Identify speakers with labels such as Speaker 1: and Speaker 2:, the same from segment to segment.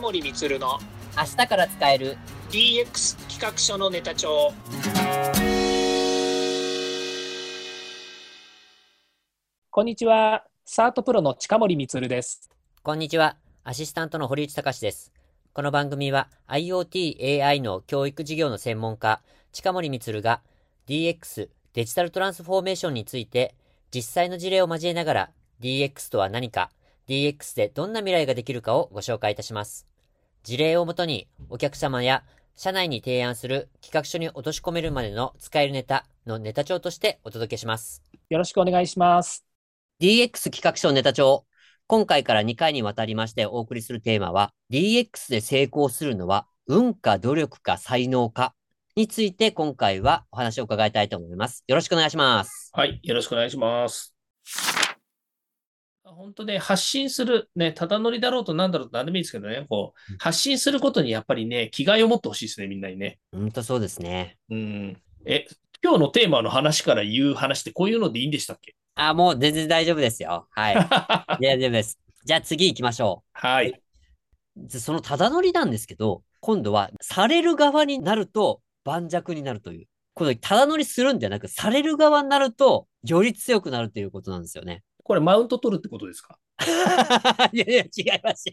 Speaker 1: 森充の
Speaker 2: 明日から使える
Speaker 1: DX 企画書のネタ帳こんにちはサートプロの近森充です
Speaker 2: こんにちはアシスタントの堀内隆ですこの番組は IoTAI の教育事業の専門家近森充が DX デジタルトランスフォーメーションについて実際の事例を交えながら DX とは何か DX でどんな未来ができるかをご紹介いたします事例をもとにお客様や社内に提案する企画書に落とし込めるまでの使えるネタのネタ帳としてお届けします
Speaker 1: よろしくお願いします
Speaker 2: DX 企画書ネタ帳。今回から2回にわたりましてお送りするテーマは、DX で成功するのは、運か努力か才能かについて今回はお話を伺いたいと思います。よろしくお願いします。
Speaker 3: はい、よろしくお願いします。本当ね、発信する、ね、ただ乗りだろうとなんだろうと何でもいいですけどね、こう、発信することにやっぱりね、気概を持ってほしいですね、みんなにね。
Speaker 2: うんとそうですね。
Speaker 3: うん。え、今日のテーマの話から言う話ってこういうのでいいんでしたっけ
Speaker 2: あ、もう全然大丈夫ですよ。 はい。
Speaker 3: は
Speaker 2: 大丈夫です。じゃあ次行きましょ
Speaker 3: い。
Speaker 2: う。そのただ乗りなんですけど、今度はされる側になると盤石になるという。このただ乗りするんじゃなく、される側になるとより強くなるということなんですよね。
Speaker 3: これマウント取るってことですか
Speaker 2: いやいや、違います。違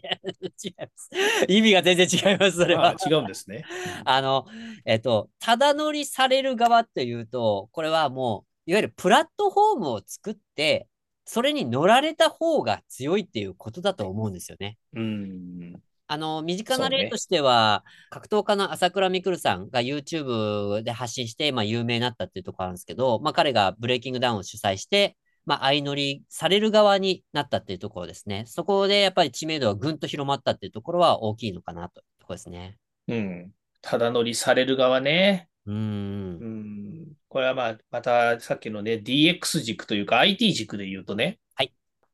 Speaker 2: います。意味が全然違います、それ
Speaker 3: あ
Speaker 2: は。
Speaker 3: 違うんですね。
Speaker 2: あの、えっと、ただ乗りされる側っていうと、これはもう、いわゆるプラットフォームを作って、それに乗られた方が強いっていうことだと思うんですよね。
Speaker 3: うん。
Speaker 2: あの、身近な
Speaker 3: そうね
Speaker 2: 例としては、格闘家の朝倉未来さんが YouTube で発信して、まあ、有名になったっていうところあるんですけど、まあ、彼がブレイキングダウンを主催して、まあ、相乗りされる側になったっていうところですね。そこでやっぱり知名度がぐんと広まったっていうところは大きいのかなというところですね。
Speaker 3: うん。ただ乗りされる側ね。
Speaker 2: うーん。
Speaker 3: うんこれはまあ、またさっきのね、DX 軸というか IT 軸で言うとね、
Speaker 2: はい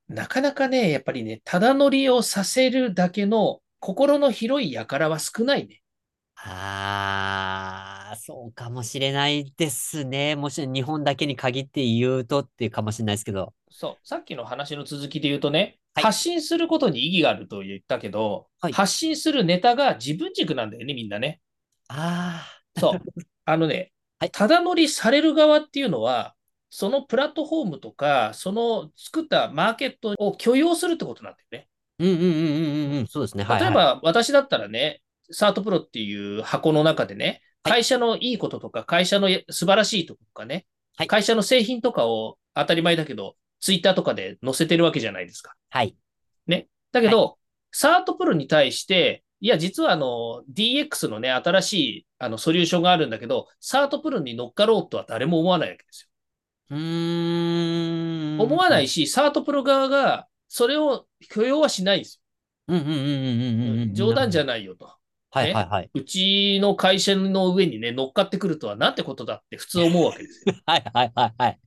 Speaker 3: なかなかね、やっぱりね、ただ乗りをさせるだけの心の広い輩は少ないね。
Speaker 2: あー、そうかもしれないですね。もし日本だけに限って言うとっていうかもしれないですけど。
Speaker 3: そう、さっきの話の続きで言うとね、
Speaker 2: はい
Speaker 3: 発信することに意義があると言ったけど、
Speaker 2: はい
Speaker 3: 発信するネタが自分軸なんだよね、みんなね。
Speaker 2: あ
Speaker 3: そう。あのね
Speaker 2: はい、
Speaker 3: ただ乗りされる側っていうのは、そのプラットフォームとか、その作ったマーケットを許容するってことなんだよね。
Speaker 2: ー、うんうんうんうんうんうん、そうですね。はい
Speaker 3: 例え
Speaker 2: はい。
Speaker 3: ば私だったらね、サートプロっていう箱の中でね、
Speaker 2: はい
Speaker 3: 会社のいいこととか、会社の素晴らしいとかね、
Speaker 2: はい
Speaker 3: 会社の製品とかを当たり前だけど、ツイッターとかで載せてるわけじゃないですか。
Speaker 2: はい。
Speaker 3: だけど、サートプロに対して、いや、実はあの、DX のね、新しいあのソリューションがあるんだけど、サートプロに乗っかろうとは誰も思わないわけですよ。
Speaker 2: うーん。
Speaker 3: 思わないし、サートプロ側がそれを許容はしないんです
Speaker 2: うんうんうんうんうんうんう
Speaker 3: よ。
Speaker 2: ん。
Speaker 3: 冗談じゃ
Speaker 2: な
Speaker 3: ないよと。
Speaker 2: はいはいはい。
Speaker 3: うちの会社の上にね、乗っかってくるとはなんてことだって普通思うわけですよ。
Speaker 2: はいはいはいはい。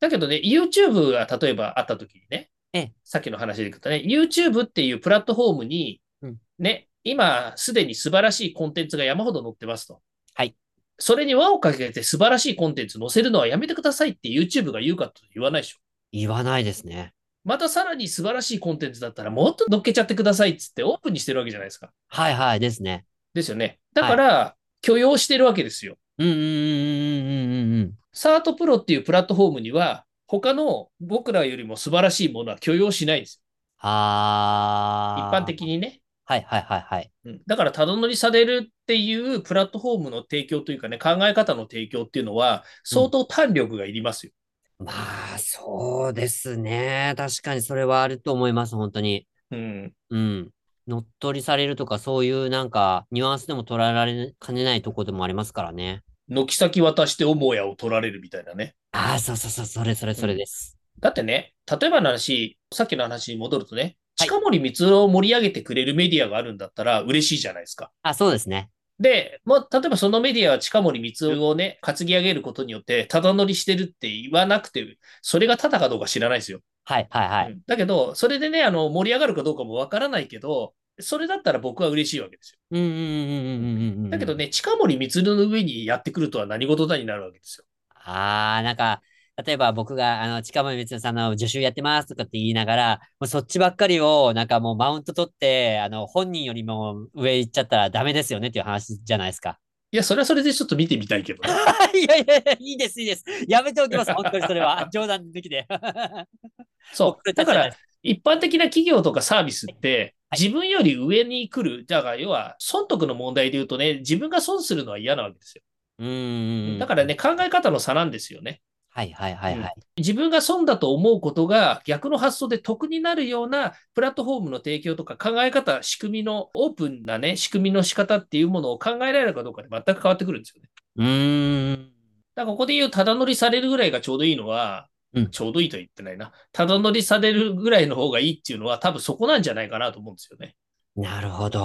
Speaker 3: だけどね、YouTube が例えばあった時にね
Speaker 2: ええ、
Speaker 3: さっきの話でいくとね、YouTube っていうプラットフォームに
Speaker 2: うん、
Speaker 3: ね、今すでに素晴らしいコンテンツが山ほど載ってますと。
Speaker 2: はい。
Speaker 3: それに輪をかけて素晴らしいコンテンツ載せるのはやめてくださいって YouTube が言うかと言わないでしょ。
Speaker 2: 言わないですね。
Speaker 3: またさらに素晴らしいコンテンツだったらもっと乗っけちゃってくださいっつってオープンにしてるわけじゃないですか。
Speaker 2: はいはいですね。
Speaker 3: ですよね。だから許容してるわけですよ。
Speaker 2: うんうんうんうんうんうんうん。
Speaker 3: サートプロっていうプラットフォームには、他の僕らよりも素晴らしいものは許容しないんですよ。一
Speaker 2: あー。
Speaker 3: 般的にね。
Speaker 2: はいはいはいはい。
Speaker 3: うんだから、ただ乗りされるっていうプラットフォームの提供というかね、考え方の提供っていうのは、相当胆力がいりますよ。
Speaker 2: まあ、そうですね。確かにそれはあると思います、本当に。
Speaker 3: うん。
Speaker 2: うん。乗っ取りされるとか、そういうなんか、ニュアンスでも捉えられかねないとこでもありますからね。
Speaker 3: 軒先渡して母屋を取られるみたいなね。
Speaker 2: ああ、そうそうそう、それそれそれです。
Speaker 3: だってね、例えばの話、さっきの話に戻るとね、
Speaker 2: はい
Speaker 3: 近森光郎を盛り上げてくれるメディアがあるんだったら嬉しいじゃないですか。
Speaker 2: あ、そうですね。
Speaker 3: で、まあ、例えばそのメディアは近森光雄をね、担ぎ上げることによって、ただ乗りしてるって言わなくて、それがただかどうか知らないですよ。
Speaker 2: はいはいはい。
Speaker 3: だけど、それでね、あの、盛り上がるかどうかもわからないけど、それだったら僕は嬉しいわけです
Speaker 2: うんうんうんうんうんうんうん。
Speaker 3: よ。だけどね、近森光雄の上にやってくるとは何事だになるわけですよ。
Speaker 2: ああ、なんか、例えば僕が、あの、近森光代さんの助手やってますとかって言いながら、もうそっちばっかりを、なんかもうマウント取って、あの、本人よりも上行っちゃったらダメですよねっていう話じゃないですか。
Speaker 3: いや、それはそれでちょっと見てみたいけどね。
Speaker 2: いやいやいや、いいです、いいです。やめておきます、本当にそれは。冗談抜きで。
Speaker 3: そ
Speaker 2: 僕
Speaker 3: う。
Speaker 2: たち
Speaker 3: だか
Speaker 2: じゃない
Speaker 3: ら、一般的な企業とかサービスって、
Speaker 2: はい
Speaker 3: 自分より上に来る。だから、要は、損得の問題で言うとね、自分が損するのは嫌なわけですよ。
Speaker 2: うーん。
Speaker 3: だからね、。考え方の差なんですよね。
Speaker 2: はいはいはいはい。
Speaker 3: 自分が損だと思うことが逆の発想で得になるようなプラットフォームの提供とか考え方、仕組みのオープンなね、仕組みの仕方っていうものを考えられるかどうかで全く変わってくるんですよね。
Speaker 2: うーん。
Speaker 3: だからここで言う、ただ乗りされるぐらいがちょうどいいのは、
Speaker 2: うん
Speaker 3: ちょうどいいとは言ってないな。ただ乗りされるぐらいの方がいいっていうのは、多分そこなんじゃないかなと思うんですよね。
Speaker 2: なるほど。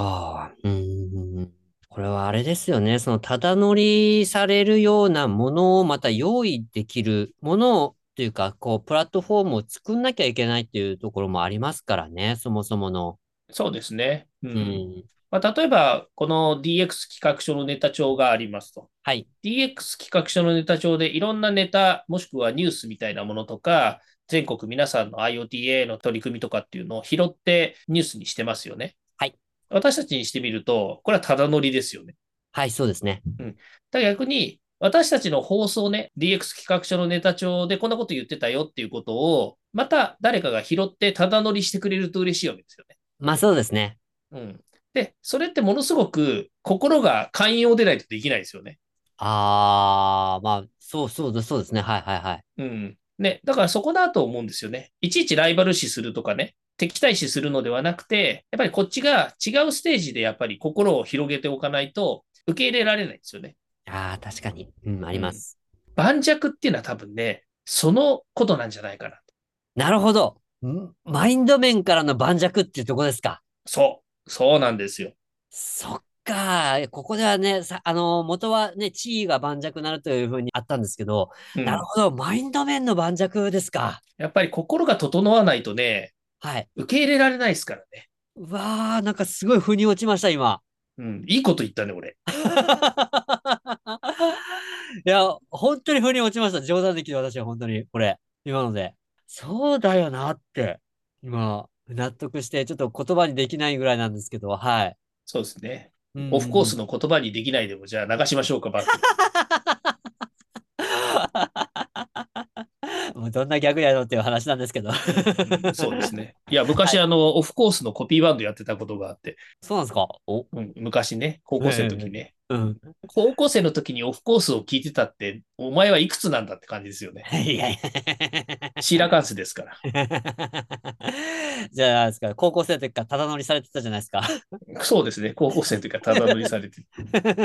Speaker 2: うーん。これはあれですよね。その、ただ乗りされるようなものをまた用意できるものを、というか、こう、プラットフォームを作んなきゃいけないっていうところもありますからね、そもそもの。
Speaker 3: そうですね。うん
Speaker 2: うん。
Speaker 3: まあ、例えば、この DX 企画書のネタ帳がありますと。
Speaker 2: はい。
Speaker 3: DX 企画書のネタ帳でいろんなネタ、もしくはニュースみたいなものとか、全国皆さんの IoTA の取り組みとかっていうのを拾ってニュースにしてますよね。
Speaker 2: はい。
Speaker 3: 私たちにしてみると、これはただ乗りですよね。
Speaker 2: はい、そうですね。
Speaker 3: だから逆に、私たちの放送ね、DX 企画書のネタ帳でこんなこと言ってたよっていうことを、また誰かが拾ってただ乗りしてくれると嬉しいわけですよね。
Speaker 2: まあそうですね。
Speaker 3: うん。で、それってものすごく心が寛容でないとできないですよね。
Speaker 2: ああ、まあ、そうそう、そうですね。はいはいはい。
Speaker 3: うん。ね、だからそこだと思うんですよね。いちいちライバル視するとかね、敵対視するのではなくて、やっぱりこっちが違うステージでやっぱり心を広げておかないと受け入れられないんですよね。
Speaker 2: ああ、確かに。うん、あります。
Speaker 3: 盤石っていうのは多分ね、そのことなんじゃないかな。
Speaker 2: なるほど。んマインド面からの盤石っていうとこですか。
Speaker 3: そう、そうなんですよ。
Speaker 2: そっか。ここではね、さ、あの、元はね、地位が盤石なるというふうにあったんですけど、
Speaker 3: うん
Speaker 2: なるほど。マインド面の盤石ですか。
Speaker 3: やっぱり心が整わないとね、
Speaker 2: はい。
Speaker 3: 受け入れられないですからね。
Speaker 2: うわあ、なんかすごい腑に落ちました、今。
Speaker 3: うん、いいこと言ったね、俺。
Speaker 2: いや、本当に腑に落ちました。冗談できる私は本当に、これ、今ので。そうだよなって、今、納得して、ちょっと言葉にできないぐらいなんですけど、はい。
Speaker 3: そうですね。
Speaker 2: うん
Speaker 3: オフコースの言葉にできないでも、じゃあ流しましょうか、バック
Speaker 2: もうどんなギャグやろうっていう話なんですけど。
Speaker 3: うんそうですね。いや、昔、あの、オフコースのコピーバンドやってたことがあって、
Speaker 2: そうなんですかお、
Speaker 3: うん、昔ね、高校生の時ね、
Speaker 2: うん。
Speaker 3: 高校生の時にオフコースを聞いてたって、お前はいくつなんだって感じですよね。
Speaker 2: いやい
Speaker 3: シーラカンスですから。
Speaker 2: や。 じゃあ、ですから、高校生の時からただ乗りされてたじゃないですか。
Speaker 3: そうですね、高校生の時からただ乗りされて。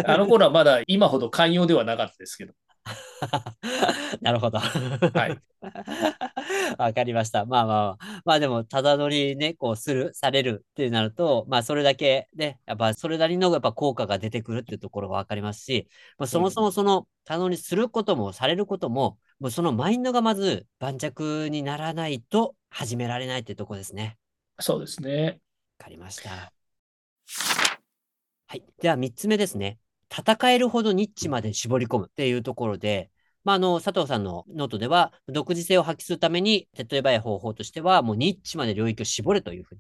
Speaker 3: あの頃はまだ今ほど寛容ではなかったですけど。
Speaker 2: なるほど。
Speaker 3: はい。
Speaker 2: わかりました。まあまあまあ。まあでも、ただ乗りね、こう、する、されるってなると、まあそれだけね、やっぱそれなりのやっぱ効果が出てくるっていうところがわかりますし、まあ、そもそもその、ただ乗りすることもされることも、もうそのマインドがまず盤石にならないと始められないってとこですね。
Speaker 3: そうですね。
Speaker 2: わかりました。はい。では、3つ目ですね。戦えるほどニッチまで絞り込むっていうところで、まあ、あの、佐藤さんのノートでは、独自性を発揮するために、手っ取り早い方法としては、もうニッチまで領域を絞るというふう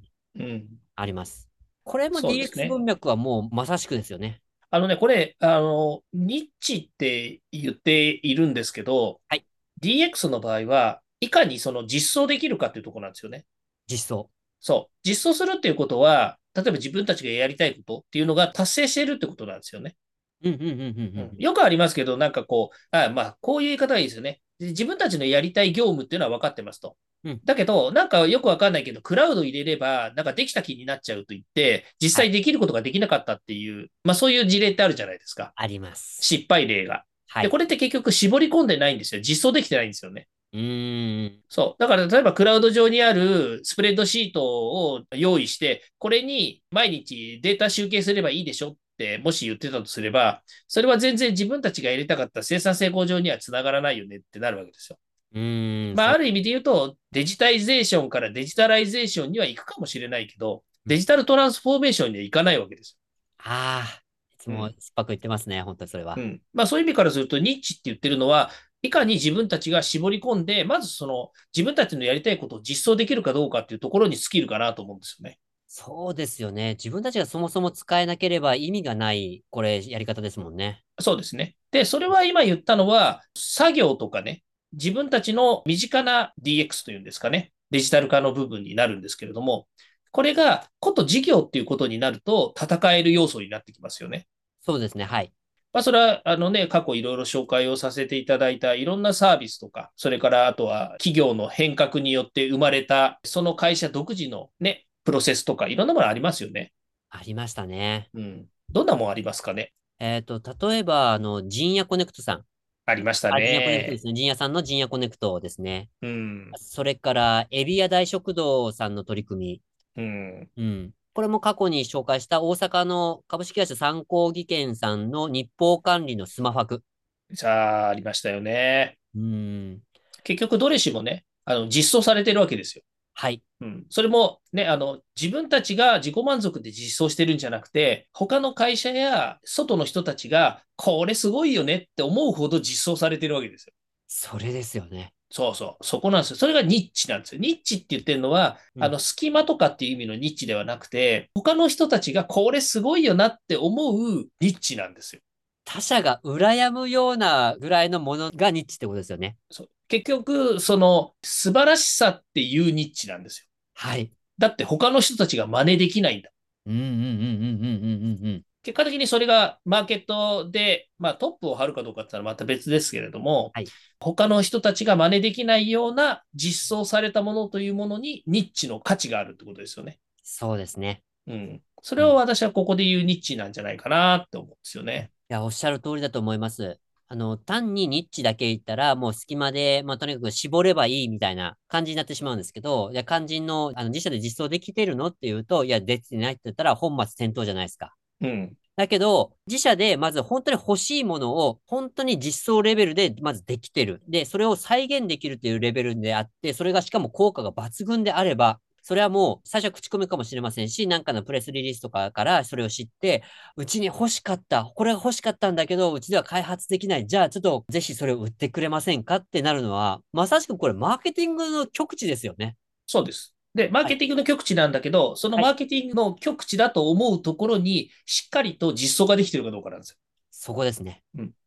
Speaker 3: う
Speaker 2: に
Speaker 3: ん。
Speaker 2: あります。これも
Speaker 3: そうですね
Speaker 2: DX 文脈はもうまさしくですよね。
Speaker 3: あのね、これ、あの、ニッチって言っているんですけど、
Speaker 2: はい
Speaker 3: DX の場合は、いかにその実装できるかっていうところなんですよね。
Speaker 2: 実装。
Speaker 3: そう。実装するっていうことは、例えば自分たちがやりたいことっていうのが達成しているってことなんですよね。
Speaker 2: うんうんうんうんうん。
Speaker 3: よくありますけど、なんかこう、あまあ、こういう言い方がいいですよね。で自分たちのやりたい業務っていうのは分かってますと
Speaker 2: うん。
Speaker 3: だけど、なんかよくわかんないけど、クラウド入れれば、なんかできた気になっちゃうと言って、実際できることができなかったっていう、まあそういう事例ってあるじゃないですか。
Speaker 2: あります。
Speaker 3: 失敗例が。
Speaker 2: は
Speaker 3: で、
Speaker 2: い。
Speaker 3: これって結局絞り込んでないんですよ。実装できてないんですよね。
Speaker 2: うーん。
Speaker 3: そう。だから、例えば、クラウド上にあるスプレッドシートを用意して、これに毎日データ集計すればいいでしょって、もし言ってたとすれば、それは全然自分たちがやりたかった生産性向上にはつながらないよねってなるわけですよ。
Speaker 2: うーん。
Speaker 3: まあ、
Speaker 2: そ
Speaker 3: ある意味で言うと、デジタイゼーションからデジタライゼーションには行くかもしれないけど、デジタルトランスフォーメーションにはいかないわけです
Speaker 2: ああ、いつも酸っぱく言ってますね、本当にそれは
Speaker 3: よ。う。ん。まあ、そういう意味からすると、ニッチって言ってるのは、いかに自分たちが絞り込んで、まずその自分たちのやりたいことを実装できるかどうかっていうところに尽きるかなと思うんですよね。
Speaker 2: そうですよね。自分たちがそもそも使えなければ意味がない、これ、やり方ですもんね。
Speaker 3: そうですね。で、それは今言ったのは、作業とかね、自分たちの身近な DX というんですかね、デジタル化の部分になるんですけれども、これがこと事業っていうことになると戦える要素になってきますよね。
Speaker 2: そうですね。はい。
Speaker 3: まあ、それは、あのね、過去いろいろ紹介をさせていただいたいろんなサービスとか、それからあとは企業の変革によって生まれた、その会社独自のね、プロセスとかいろんなものありますよね。
Speaker 2: ありましたね。
Speaker 3: うん。どんなもんありますかね
Speaker 2: えっ、と、例えば、あの、ジンヤコネクトさん。
Speaker 3: ありました
Speaker 2: あ、ジンヤコネクトで
Speaker 3: ね。
Speaker 2: すね。ジンヤさんのジンヤコネクトですね。
Speaker 3: うん。
Speaker 2: それから、エビア大食堂さんの取り組
Speaker 3: うん。
Speaker 2: み。うん。これも過去に紹介した大阪の株式会社参考技研さんの日報管理のスマファク。
Speaker 3: さあ、ありましたよね。
Speaker 2: うん。
Speaker 3: 結局どれしもね、あの実装されてるわけですよ。
Speaker 2: はい。
Speaker 3: うん、それも、ね、あの自分たちが自己満足で実装してるんじゃなくて、他の会社や外の人たちが、これすごいよねって思うほど実装されてるわけですよ。
Speaker 2: それですよね。
Speaker 3: そうそう、そこなんですよ。それがニッチなんですよ。ニッチって言ってるのは、
Speaker 2: うん
Speaker 3: あの隙間とかっていう意味のニッチではなくて、他の人たちがこれすごいよなって思うニッチなんですよ。
Speaker 2: 他者が羨むようなぐらいのものがニッチってことですよね。
Speaker 3: そう結局、その素晴らしさっていうニッチなんですよ。
Speaker 2: はい。
Speaker 3: だって他の人たちが真似できないんだ
Speaker 2: うんうんうんうんうんうんうんうん。
Speaker 3: 結果的にそれがマーケットで、まあ、トップを張るかどうかって言ったらまた別ですけれども、
Speaker 2: はい
Speaker 3: 他の人たちが真似できないような実装されたものというものにニッチの価値があるってことですよね。
Speaker 2: そうですね。
Speaker 3: うん。それを私はここで言うニッチなんじゃないかなって思うんですよね。
Speaker 2: いや、おっしゃる通りだと思います。あの、単にニッチだけ言ったら、もう隙間で、まあ、とにかく絞ればいいみたいな感じになってしまうんですけど、いや、肝心の、あの、自社で実装できてるのっていうと、いや、できてないって言ったら本末転倒じゃないですか。
Speaker 3: うん。
Speaker 2: だけど、自社でまず本当に欲しいものを、本当に実装レベルでまずできてる。で、それを再現できるというレベルであって、それがしかも効果が抜群であれば、それはもう最初は口コミかもしれませんし、なんかのプレスリリースとかからそれを知って、うちに欲しかった、これが欲しかったんだけど、うちでは開発できない、じゃあちょっとぜひそれを売ってくれませんかってなるのは、まさしくこれマーケティングの極致ですよね。
Speaker 3: そうです。で、マーケティングの極地なんだけど、そのマーケティングの極地だと思うところに、しっかりと実装ができてるかどうかなんですよ
Speaker 2: そこですね。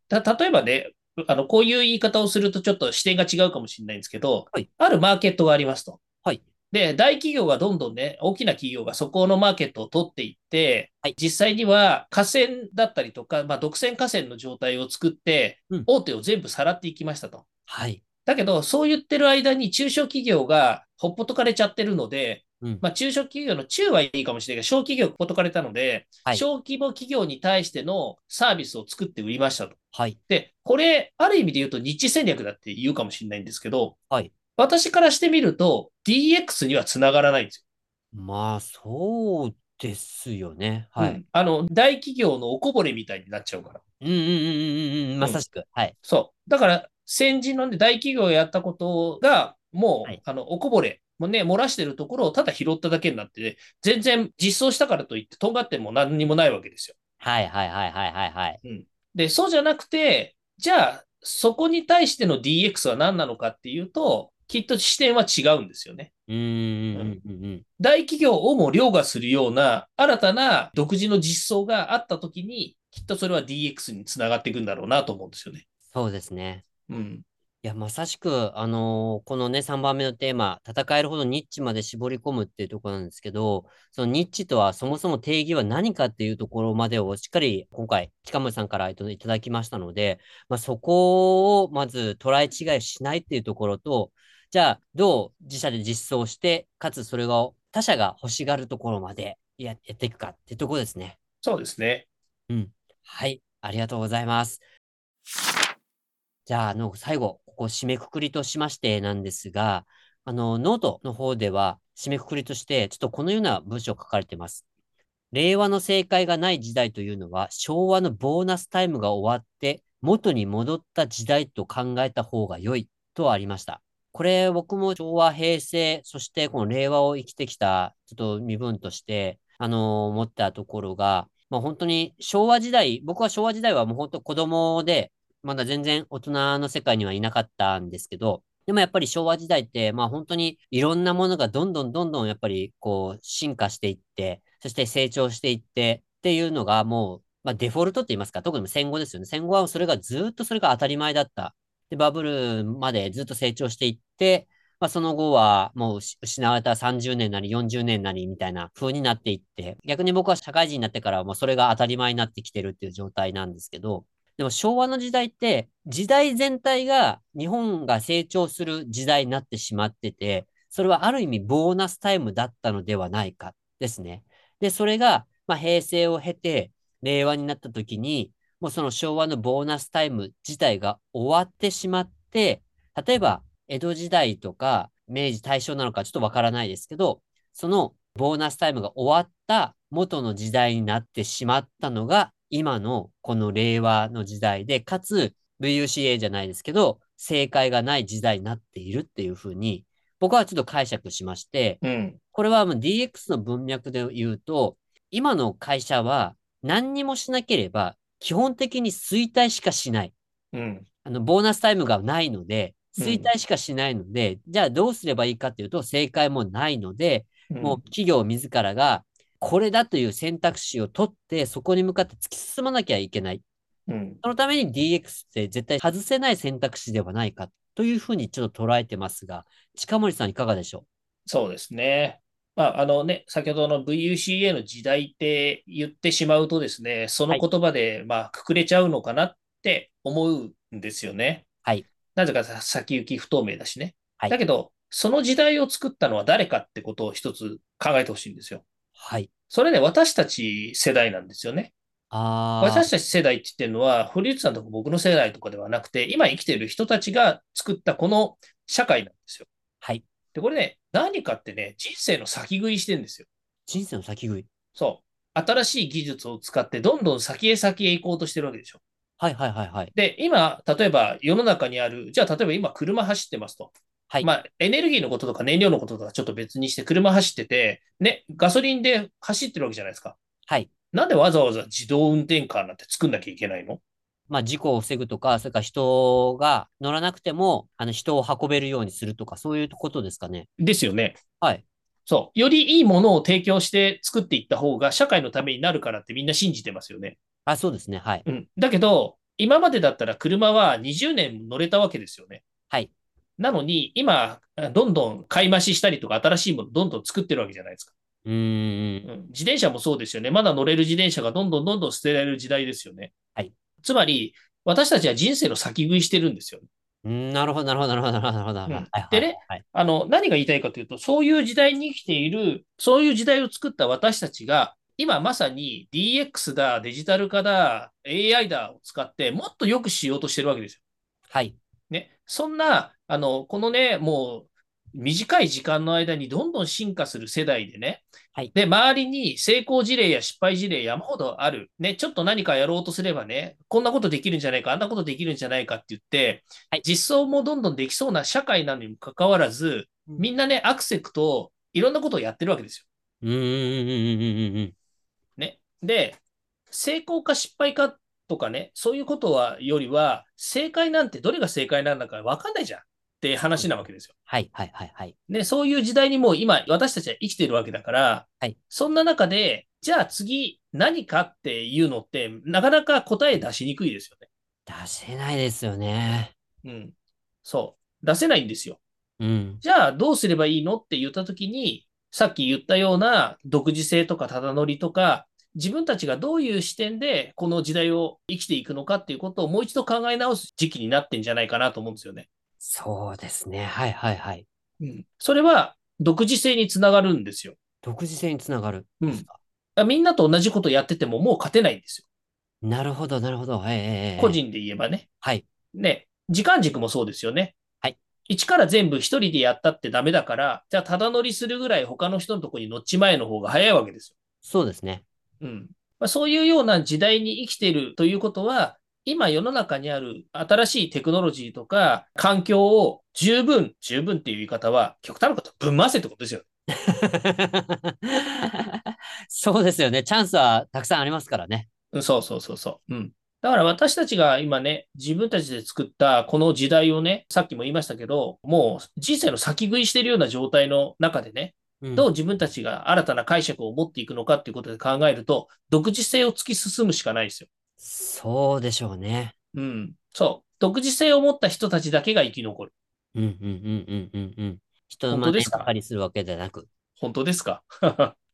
Speaker 3: た、例えばね、あの、こういう言い方をするとちょっと視点が違うかもしれないんですけど、
Speaker 2: はい
Speaker 3: あるマーケットがありますと。
Speaker 2: はい
Speaker 3: で、大企業がどんどんね、大きな企業がそこのマーケットを取っていって、
Speaker 2: はい
Speaker 3: 実際には河川だったりとか、まあ、独占河川の状態を作って
Speaker 2: うん、
Speaker 3: 大手を全部さらっていきましたと。
Speaker 2: はい。
Speaker 3: だけど、そう言ってる間に中小企業がほっぽとかれちゃってるので、
Speaker 2: うん
Speaker 3: まあ、中小企業の中はいいかもしれないけど、小企業がほっぽとかれたので、
Speaker 2: はい
Speaker 3: 小規模企業に対してのサービスを作って売りましたと。
Speaker 2: はい。
Speaker 3: で、これ、ある意味で言うと日地戦略だって言うかもしれないんですけど、
Speaker 2: はい
Speaker 3: 私からしてみると、DX にはつながらないんです
Speaker 2: まあ、そうですよね。
Speaker 3: よ。
Speaker 2: は
Speaker 3: う
Speaker 2: い。
Speaker 3: んあの、大企業のおこぼれみたいになっちゃうから。
Speaker 2: うんうんうんうんうんうん、まさしく。はい。
Speaker 3: そう。だから、先人のね、大企業がやったことが、もう、
Speaker 2: はい
Speaker 3: あの、おこぼれ、もうね、漏らしてるところをただ拾っただけになって、全然実装したからといって、とんがっても何にもないわけですよ。
Speaker 2: はいはいはいはいはいはい。
Speaker 3: で、そうじゃなくて、じゃあ、そこに対しての DX は何なのかっていうと、きっと視点は違うんですよね。
Speaker 2: うんうんうんうんうん。
Speaker 3: 大企業をも凌駕するような新たな独自の実装があったときに、きっとそれは DX につながっていくんだろうなと思うんですよね。
Speaker 2: そうですね。
Speaker 3: うん。
Speaker 2: いや、まさしく、あのーこのね、3番目のテーマ、戦えるほどニッチまで絞り込むっていうところなんですけど、そのニッチとはそもそも定義は何かっていうところまでをしっかり今回、近森さんからえっといただきましたので、まあ、そこをまず捉え違いしないっていうところと、じゃあ、どう自社で実装して、かつそれを他社が欲しがるところまでややっていくかっていうところですね。
Speaker 3: そうですね。
Speaker 2: はい、ありがとうございます。じゃあ、あの、最後、ここ締めくくりとしましてなんですが、あの、ノートの方では、締めくくりとして、ちょっとこのような文章を書かれています。令和の正解がない時代というのは、昭和のボーナスタイムが終わって、元に戻った時代と考えた方が良いとありました。これ、僕も昭和、平成、そしてこの令和を生きてきた、ちょっと身分として、あの、思ったところが、まあ本当に昭和時代、僕は昭和時代はもう本当子供で、まだ全然大人の世界にはいなかったんですけど、でもやっぱり昭和時代って、まあ本当にいろんなものがどんどんどんどんやっぱりこう進化していって、そして成長していってっていうのがもう、まあデフォルトって言いますか、特に戦後ですよね。戦後はそれがずっとそれが当たり前だった。で、バブルまでずっと成長していって、まあ、その後はもう失われた30年なり40年なりみたいな風になっていって、逆に僕は社会人になってからもうそれが当たり前になってきてるっていう状態なんですけど、でも昭和の時代って時代全体が日本が成長する時代になってしまってて、それはある意味ボーナスタイムだったのではないかですね。で、それがま平成を経て令和になった時に、もうその昭和のボーナスタイム自体が終わってしまって、例えば江戸時代とか明治大正なのかちょっとわからないですけど、そのボーナスタイムが終わった元の時代になってしまったのが、今のこの令和の時代で、かつ VUCA じゃないですけど、正解がない時代になっているっていうふうに、僕はちょっと解釈しまして、
Speaker 3: うん、
Speaker 2: これはもう DX の文脈で言うと、今の会社は何にもしなければ、基本的に衰退しかしない。
Speaker 3: うん、
Speaker 2: あのボーナスタイムがないので、衰退しかしないので、うん、じゃあどうすればいいかっていうと正解もないので、うん、もう企業自らがこれだという選択肢を取って、そこに向かって突き進まなきゃいけない。
Speaker 3: うん、
Speaker 2: そのために DX って絶対外せない選択肢ではないかというふうにちょっと捉えてますが、近森さんいかがでしょ
Speaker 3: うそうですね。まあ、あのね、先ほどの VUCA の時代って言ってしまうとですね、その言葉で、まあ、くくれちゃうのかなって思うんですよね。
Speaker 2: はい。
Speaker 3: なぜか先行き不透明だしね。
Speaker 2: はい、
Speaker 3: だけど、その時代を作ったのは誰かってことを一つ考えてほしいんですよ。
Speaker 2: はい。
Speaker 3: それね、私たち世代なんですよね。
Speaker 2: あ
Speaker 3: 私たち世代って言ってるのは、堀内さんとか僕の世代とかではなくて、今生きてる人たちが作ったこの社会なんですよ。
Speaker 2: はい。
Speaker 3: で、これね、何かってね、人生の先食いしてんですよ。
Speaker 2: 人生の先食い
Speaker 3: そう。新しい技術を使って、どんどん先へ先へ行こうとしてるわけでしょ。
Speaker 2: はいはいはいはい。
Speaker 3: で、今、例えば世の中にある、じゃあ例えば今車走ってますと。
Speaker 2: はい。
Speaker 3: まあ、エネルギーのこととか燃料のこととかちょっと別にして、車走ってて、ね、ガソリンで走ってるわけじゃないですか。
Speaker 2: はい。
Speaker 3: なんでわざわざ自動運転カーなんて作んなきゃいけないの
Speaker 2: まあ、事故を防ぐとか、それから人が乗らなくても、あの、人を運べるようにするとか、そういうことですかね。
Speaker 3: ですよね。
Speaker 2: はい。
Speaker 3: そう。よりいいものを提供して作っていった方が、社会のためになるからってみんな信じてますよね。
Speaker 2: あ、そうですね。はい。
Speaker 3: うん。だけど、今までだったら車は20年乗れたわけですよね。
Speaker 2: はい。
Speaker 3: なのに、今、どんどん買い増ししたりとか、新しいものどんどん作ってるわけじゃないですか。
Speaker 2: うん。
Speaker 3: 自転車もそうですよね。まだ乗れる自転車がどんどんどんどん捨てられる時代ですよね。
Speaker 2: はい。
Speaker 3: つまり、私たちは人生の先食いしてるんですよ、ね。
Speaker 2: なるほど、なるほど、なるほど、なるほど。
Speaker 3: うん、でね、はい、あの、何が言いたいかというと、そういう時代に生きている、そういう時代を作った私たちが、今まさに DX だ、デジタル化だ、AI だを使ってもっと良くしようとしてるわけですよ。
Speaker 2: はい。
Speaker 3: ね、そんな、あの、このね、もう短い時間の間にどんどん進化する世代でね、
Speaker 2: はい、
Speaker 3: で、周りに成功事例や失敗事例山ほどある。ね、ちょっと何かやろうとすればね、こんなことできるんじゃないか、あんなことできるんじゃないかって言って、
Speaker 2: はい、
Speaker 3: 実装もどんどんできそうな社会なのにもかかわらず、みんなね、アクセクといろんなことをやってるわけですよ。
Speaker 2: うんうんうんうんうん。
Speaker 3: ね。で、成功か失敗かとかね、そういうことはよりは、正解なんてどれが正解なんだか分かんないじゃんって話なわけですよ。
Speaker 2: はいはいはいはい。
Speaker 3: ね、そういう時代にもう今、私たちは生きてるわけだから、
Speaker 2: はい、
Speaker 3: そんな中で、じゃあ次何かっていうのって、なかなか答え出しにくいですよね。
Speaker 2: 出せないですよね。
Speaker 3: うん。そう。出せないんですよ。
Speaker 2: うん。
Speaker 3: じゃあどうすればいいのって言った時に、さっき言ったような独自性とかただ乗りとか、自分たちがどういう視点でこの時代を生きていくのかっていうことをもう一度考え直す時期になってんじゃないかなと思うんですよね。
Speaker 2: そうですね。はいはいはい。
Speaker 3: うん、それは独自性につながるんですよ。
Speaker 2: 独自性につながる。
Speaker 3: うん。みんなと同じことやっててももう勝てないんです
Speaker 2: よ。なるほど、なるほど。え
Speaker 3: えー、個人で言えばね。
Speaker 2: はい。
Speaker 3: ね、時間軸もそうですよね。
Speaker 2: はい。
Speaker 3: 一から全部一人でやったってダメだから、じゃあただ乗りするぐらい他の人のとこに乗っちまえの方が早いわけですよ。
Speaker 2: そうですね。
Speaker 3: うん。まあ、そういうような時代に生きているということは、今世の中にある新しいテクノロジーとか環境を十分、十分っていう言い方は、極端なこと、ぶん回せってことですよ。
Speaker 2: そうですよね。チャンスはたくさんありますからね。
Speaker 3: そうそうそうそう。うん。だから私たちが今ね、自分たちで作ったこの時代をね、さっきも言いましたけど、もう人生の先食いしてるような状態の中でね、
Speaker 2: うん
Speaker 3: どう自分たちが新たな解釈を持っていくのかっていうことで考えると、独自性を突き進むしかないですよ。
Speaker 2: そうでしょうね。
Speaker 3: うん。そう。独自性を持った人たちだけが生き残る。
Speaker 2: うんうんうんうんうんうん。人
Speaker 3: 本
Speaker 2: ま
Speaker 3: 当
Speaker 2: ね
Speaker 3: ですか
Speaker 2: ばかりするわけじゃなく。
Speaker 3: 本当ですか
Speaker 2: い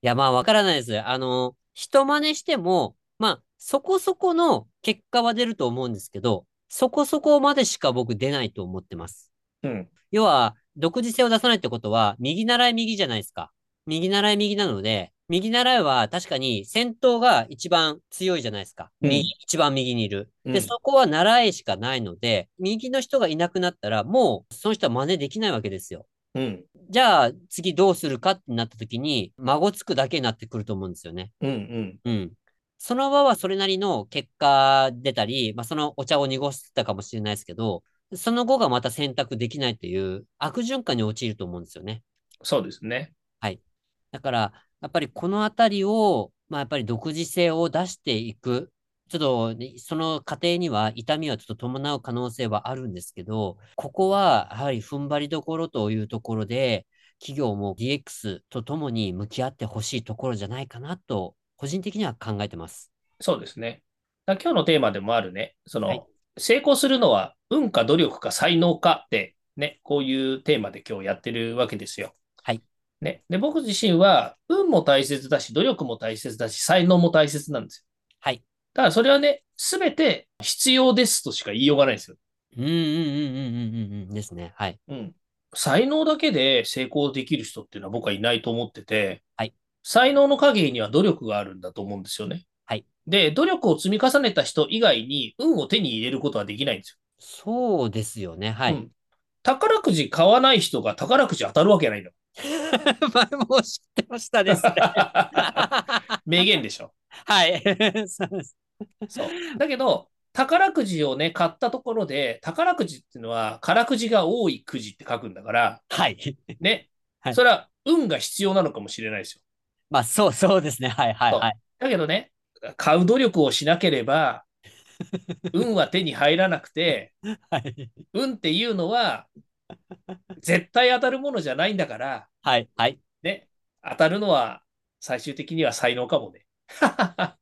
Speaker 2: や、まあ、わからないです。あの、人真似しても、まあ、そこそこの結果は出ると思うんですけど、そこそこまでしか僕出ないと思ってます。
Speaker 3: うん。
Speaker 2: 要は、独自性を出さないってことは、右習い右じゃないですか。右習い右なので、右習いは確かに先頭が一番強いじゃないですか。
Speaker 3: うん
Speaker 2: 右、一番右にいる。
Speaker 3: う
Speaker 2: で、
Speaker 3: ん
Speaker 2: そこは習いしかないので、右の人がいなくなったら、もうその人は真似できないわけですよ。
Speaker 3: うん。
Speaker 2: じゃあ、次どうするかってなった時に、孫つくだけになってくると思うんですよね。
Speaker 3: うん。うん。
Speaker 2: うん。その場はそれなりの結果出たり、まあ、そのお茶を濁したかもしれないですけど、その後がまた選択できないという悪循環に陥ると思うんですよね。
Speaker 3: そうですね。
Speaker 2: だから、やっぱりこのあたりを、まあ、やっぱり独自性を出していく。ちょっとね、その過程には痛みはちょっと伴う可能性はあるんですけど、ここはやはり踏ん張りどころというところで、企業も DX とともに向き合ってほしいところじゃないかなと、個人的には考えてます。
Speaker 3: そうですね。だから今日のテーマでもあるね、その、
Speaker 2: はい
Speaker 3: 成功するのは運か努力か才能かって、ね、こういうテーマで今日やってるわけですよ。
Speaker 2: はい。
Speaker 3: ね、で、僕自身は、運も大切だし、努力も大切だし、才能も大切なんですよ。
Speaker 2: はい。
Speaker 3: だからそれはね、すべて必要ですとしか言いようがないんですよ。
Speaker 2: うんうんうんうんうんうんうんですね。はい。
Speaker 3: うん。才能だけで成功できる人っていうのは僕はいないと思ってて、
Speaker 2: はい
Speaker 3: 才能の陰には努力があるんだと思うんですよね。
Speaker 2: はい
Speaker 3: で、努力を積み重ねた人以外に運を手に入れることはできないんです
Speaker 2: そうですよね。は
Speaker 3: よ。
Speaker 2: い。
Speaker 3: うん宝くじ買わない人が宝くじ当たるわけ ないんだも
Speaker 2: 前も知ってましたですね。
Speaker 3: ん
Speaker 2: は
Speaker 3: 名言でしょ。
Speaker 2: い。そうです。
Speaker 3: そう。だけど、宝くじをね、買ったところで、宝くじっていうのは、空くじが多いくじって書くんだから、
Speaker 2: はい。
Speaker 3: ね。
Speaker 2: はい
Speaker 3: それは運が必要なのかもしれないですよ。
Speaker 2: まあ、そう、そうですね。はい、はい、
Speaker 3: そう
Speaker 2: はい。
Speaker 3: だけどね、買う努力をしなけれ ば、運は手に入らなくて、
Speaker 2: はい、
Speaker 3: 運っていうのは、絶対当たるものじゃないんだから、
Speaker 2: はい、はい。
Speaker 3: ね、当たるのは最終的には才能かもね。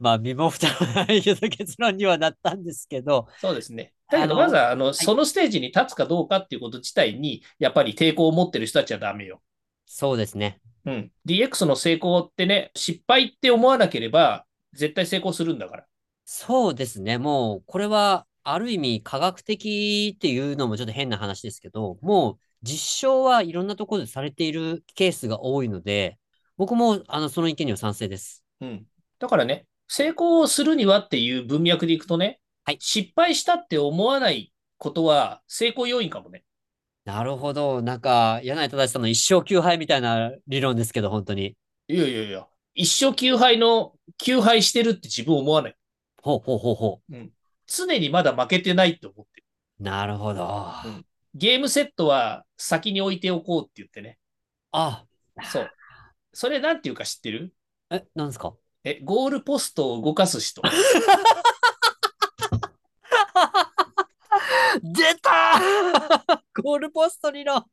Speaker 2: まあ、身も蓋もない結論にはなったんですけど、
Speaker 3: そうですね。だけど、
Speaker 2: あの
Speaker 3: まずはあの、そのステージに立つかどうかっていうこと自体に、やっぱり抵抗を持ってる人たちはダメよ。
Speaker 2: そうですね。
Speaker 3: うん。DX の成功ってね、失敗って思わなければ、絶対成功するんだから。
Speaker 2: そうですね。もう、これは、ある意味、科学的っていうのもちょっと変な話ですけど、もう、実証はいろんなところでされているケースが多いので、僕も、あの、その意見には賛成です。
Speaker 3: うん。だからね、成功するにはっていう文脈でいくとね、
Speaker 2: はい
Speaker 3: 失敗したって思わないことは成功要因かもね。
Speaker 2: なるほど。なんか、柳井正さんの一生9敗みたいな理論ですけど、本当に。
Speaker 3: いやいやいや、一生休敗の、休敗してるって自分思わない。
Speaker 2: ほうほうほうほ
Speaker 3: 常にまだ負けてないって思ってる。
Speaker 2: う。なるほど。
Speaker 3: んゲームセットは先に置いておこうって言ってね。
Speaker 2: あ、
Speaker 3: そう。それなんていうか知ってる
Speaker 2: え、なんですか
Speaker 3: え、ゴールポストを動かす 人。
Speaker 2: 出た ゴールポスト理論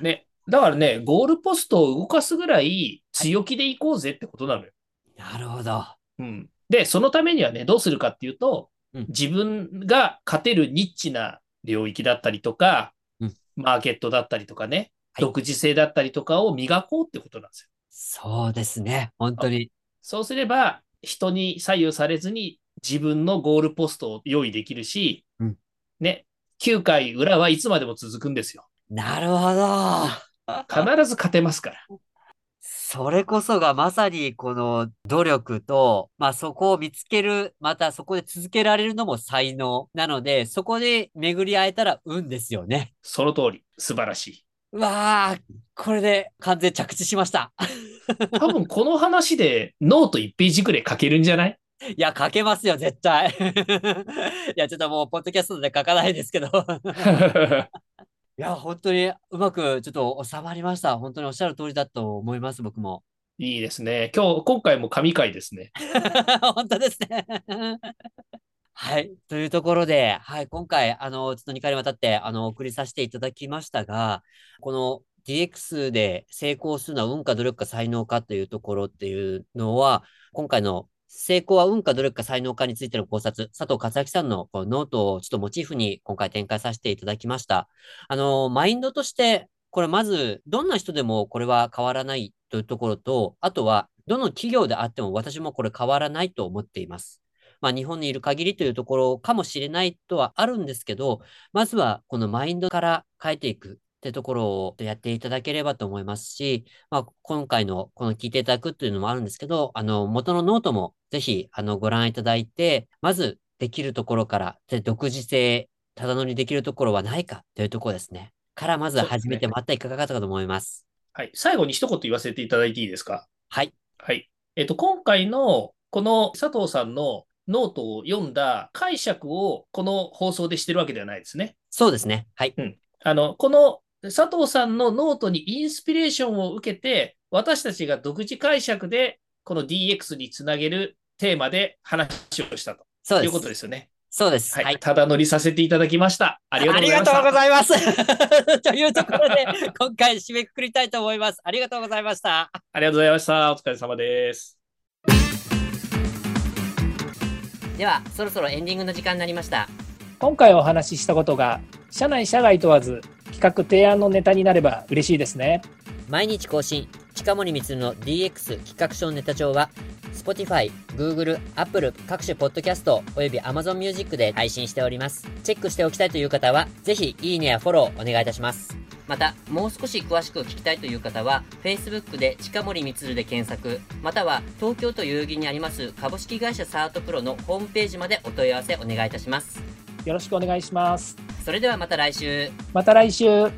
Speaker 3: ね。だからね、ゴールポストを動かすぐらい強気でいこうぜってことなのよ。
Speaker 2: なるほど。
Speaker 3: うん、で、そのためにはね、どうするかっていうと、
Speaker 2: うん
Speaker 3: 自分が勝てるニッチな領域だったりとか、
Speaker 2: うん
Speaker 3: マーケットだったりとかね、
Speaker 2: はい
Speaker 3: 独自性だったりとかを磨こうってことなんですよ。
Speaker 2: そうですね。本当に。
Speaker 3: そうすれば、人に左右されずに自分のゴールポストを用意できるし、
Speaker 2: うん
Speaker 3: ね、9回裏はいつまでも続くんですよ。
Speaker 2: なるほど。
Speaker 3: 必ず勝てますから。
Speaker 2: それこそがまさにこの努力と、まあそこを見つける、またそこで続けられるのも才能なので、そこで巡り会えたら運ですよね。
Speaker 3: その通り、素晴らしい。
Speaker 2: うわあ、これで完全着地しました。
Speaker 3: 多分この話でノート1ページくらい書けるんじゃない
Speaker 2: いや、書けますよ、絶対。 いや、ちょっともう、ポッドキャストで書かないですけど。 いや、本当にうまくちょっと収まりました。本当におっしゃる通りだと思います、僕も。
Speaker 3: いいですね。今日、今回も神回ですね。
Speaker 2: 本当ですね。はい。というところで、はい。今回、あの、ちょっと2回にわたって、あの、お送りさせていただきましたが、この DX で成功するのは運か努力か才能かというところっていうのは、今回の成功は運か努力か才能かについての考察、佐藤勝明さんのこのノートをちょっとモチーフに今回展開させていただきました。あの、マインドとして、これまず、どんな人でもこれは変わらないというところと、あとは、どの企業であっても私もこれ変わらないと思っています。まあ、日本にいる限りというところかもしれないとはあるんですけど、まずはこのマインドから変えていくってところをやっていただければと思いますし、まあ、今回のこの聞いていただくっていうのもあるんですけど、あの、元のノートもぜひ、あの、ご覧いただいて、まずできるところから、で、独自性、ただ乗りできるところはないかというところですね。から、まず
Speaker 3: そうですね
Speaker 2: 始めてもらったらいかがだったかと思います。
Speaker 3: はい。最後に一言言わせていただいていいですか
Speaker 2: はい。
Speaker 3: はい。えっと、今回のこの佐藤さんのノートを読んだ解釈をこの放送でしてるわけではないですね。
Speaker 2: そうですね。はい。
Speaker 3: あの、この佐藤さんのノートにインスピレーションを受けて、私たちが独自解釈で、この DX につなげるテーマで話をしたと
Speaker 2: そう
Speaker 3: い
Speaker 2: で
Speaker 3: う
Speaker 2: す。
Speaker 3: ことですよね。
Speaker 2: そうです。
Speaker 3: はい。ただ乗りさせていただきました。ありがとうございました。
Speaker 2: います。 というところで、今回締めくくりたいと思います。ありがとうございました。
Speaker 3: ありがとうございました。お疲れ様です。
Speaker 2: では、そろそろエンディングの時間になりました。
Speaker 1: 今回お話ししたことが社内社外問わず企画提案のネタになれば嬉しいですね
Speaker 2: 毎日更新、近森光の DX 企画書ネタ帳は、Spotify、Google、Apple 各種ポッドキャストおよび Amazon Music で配信しております。チェックしておきたいという方は、ぜひいいねやフォローお願いいたします。また、もう少し詳しく聞きたいという方は、Facebook で近森光で検索、または東京都遊戯にあります株式会社サートプロのホームページまでお問い合わせお願いいたします。
Speaker 1: よろしくお願いします
Speaker 2: それではまた来週。
Speaker 1: また来週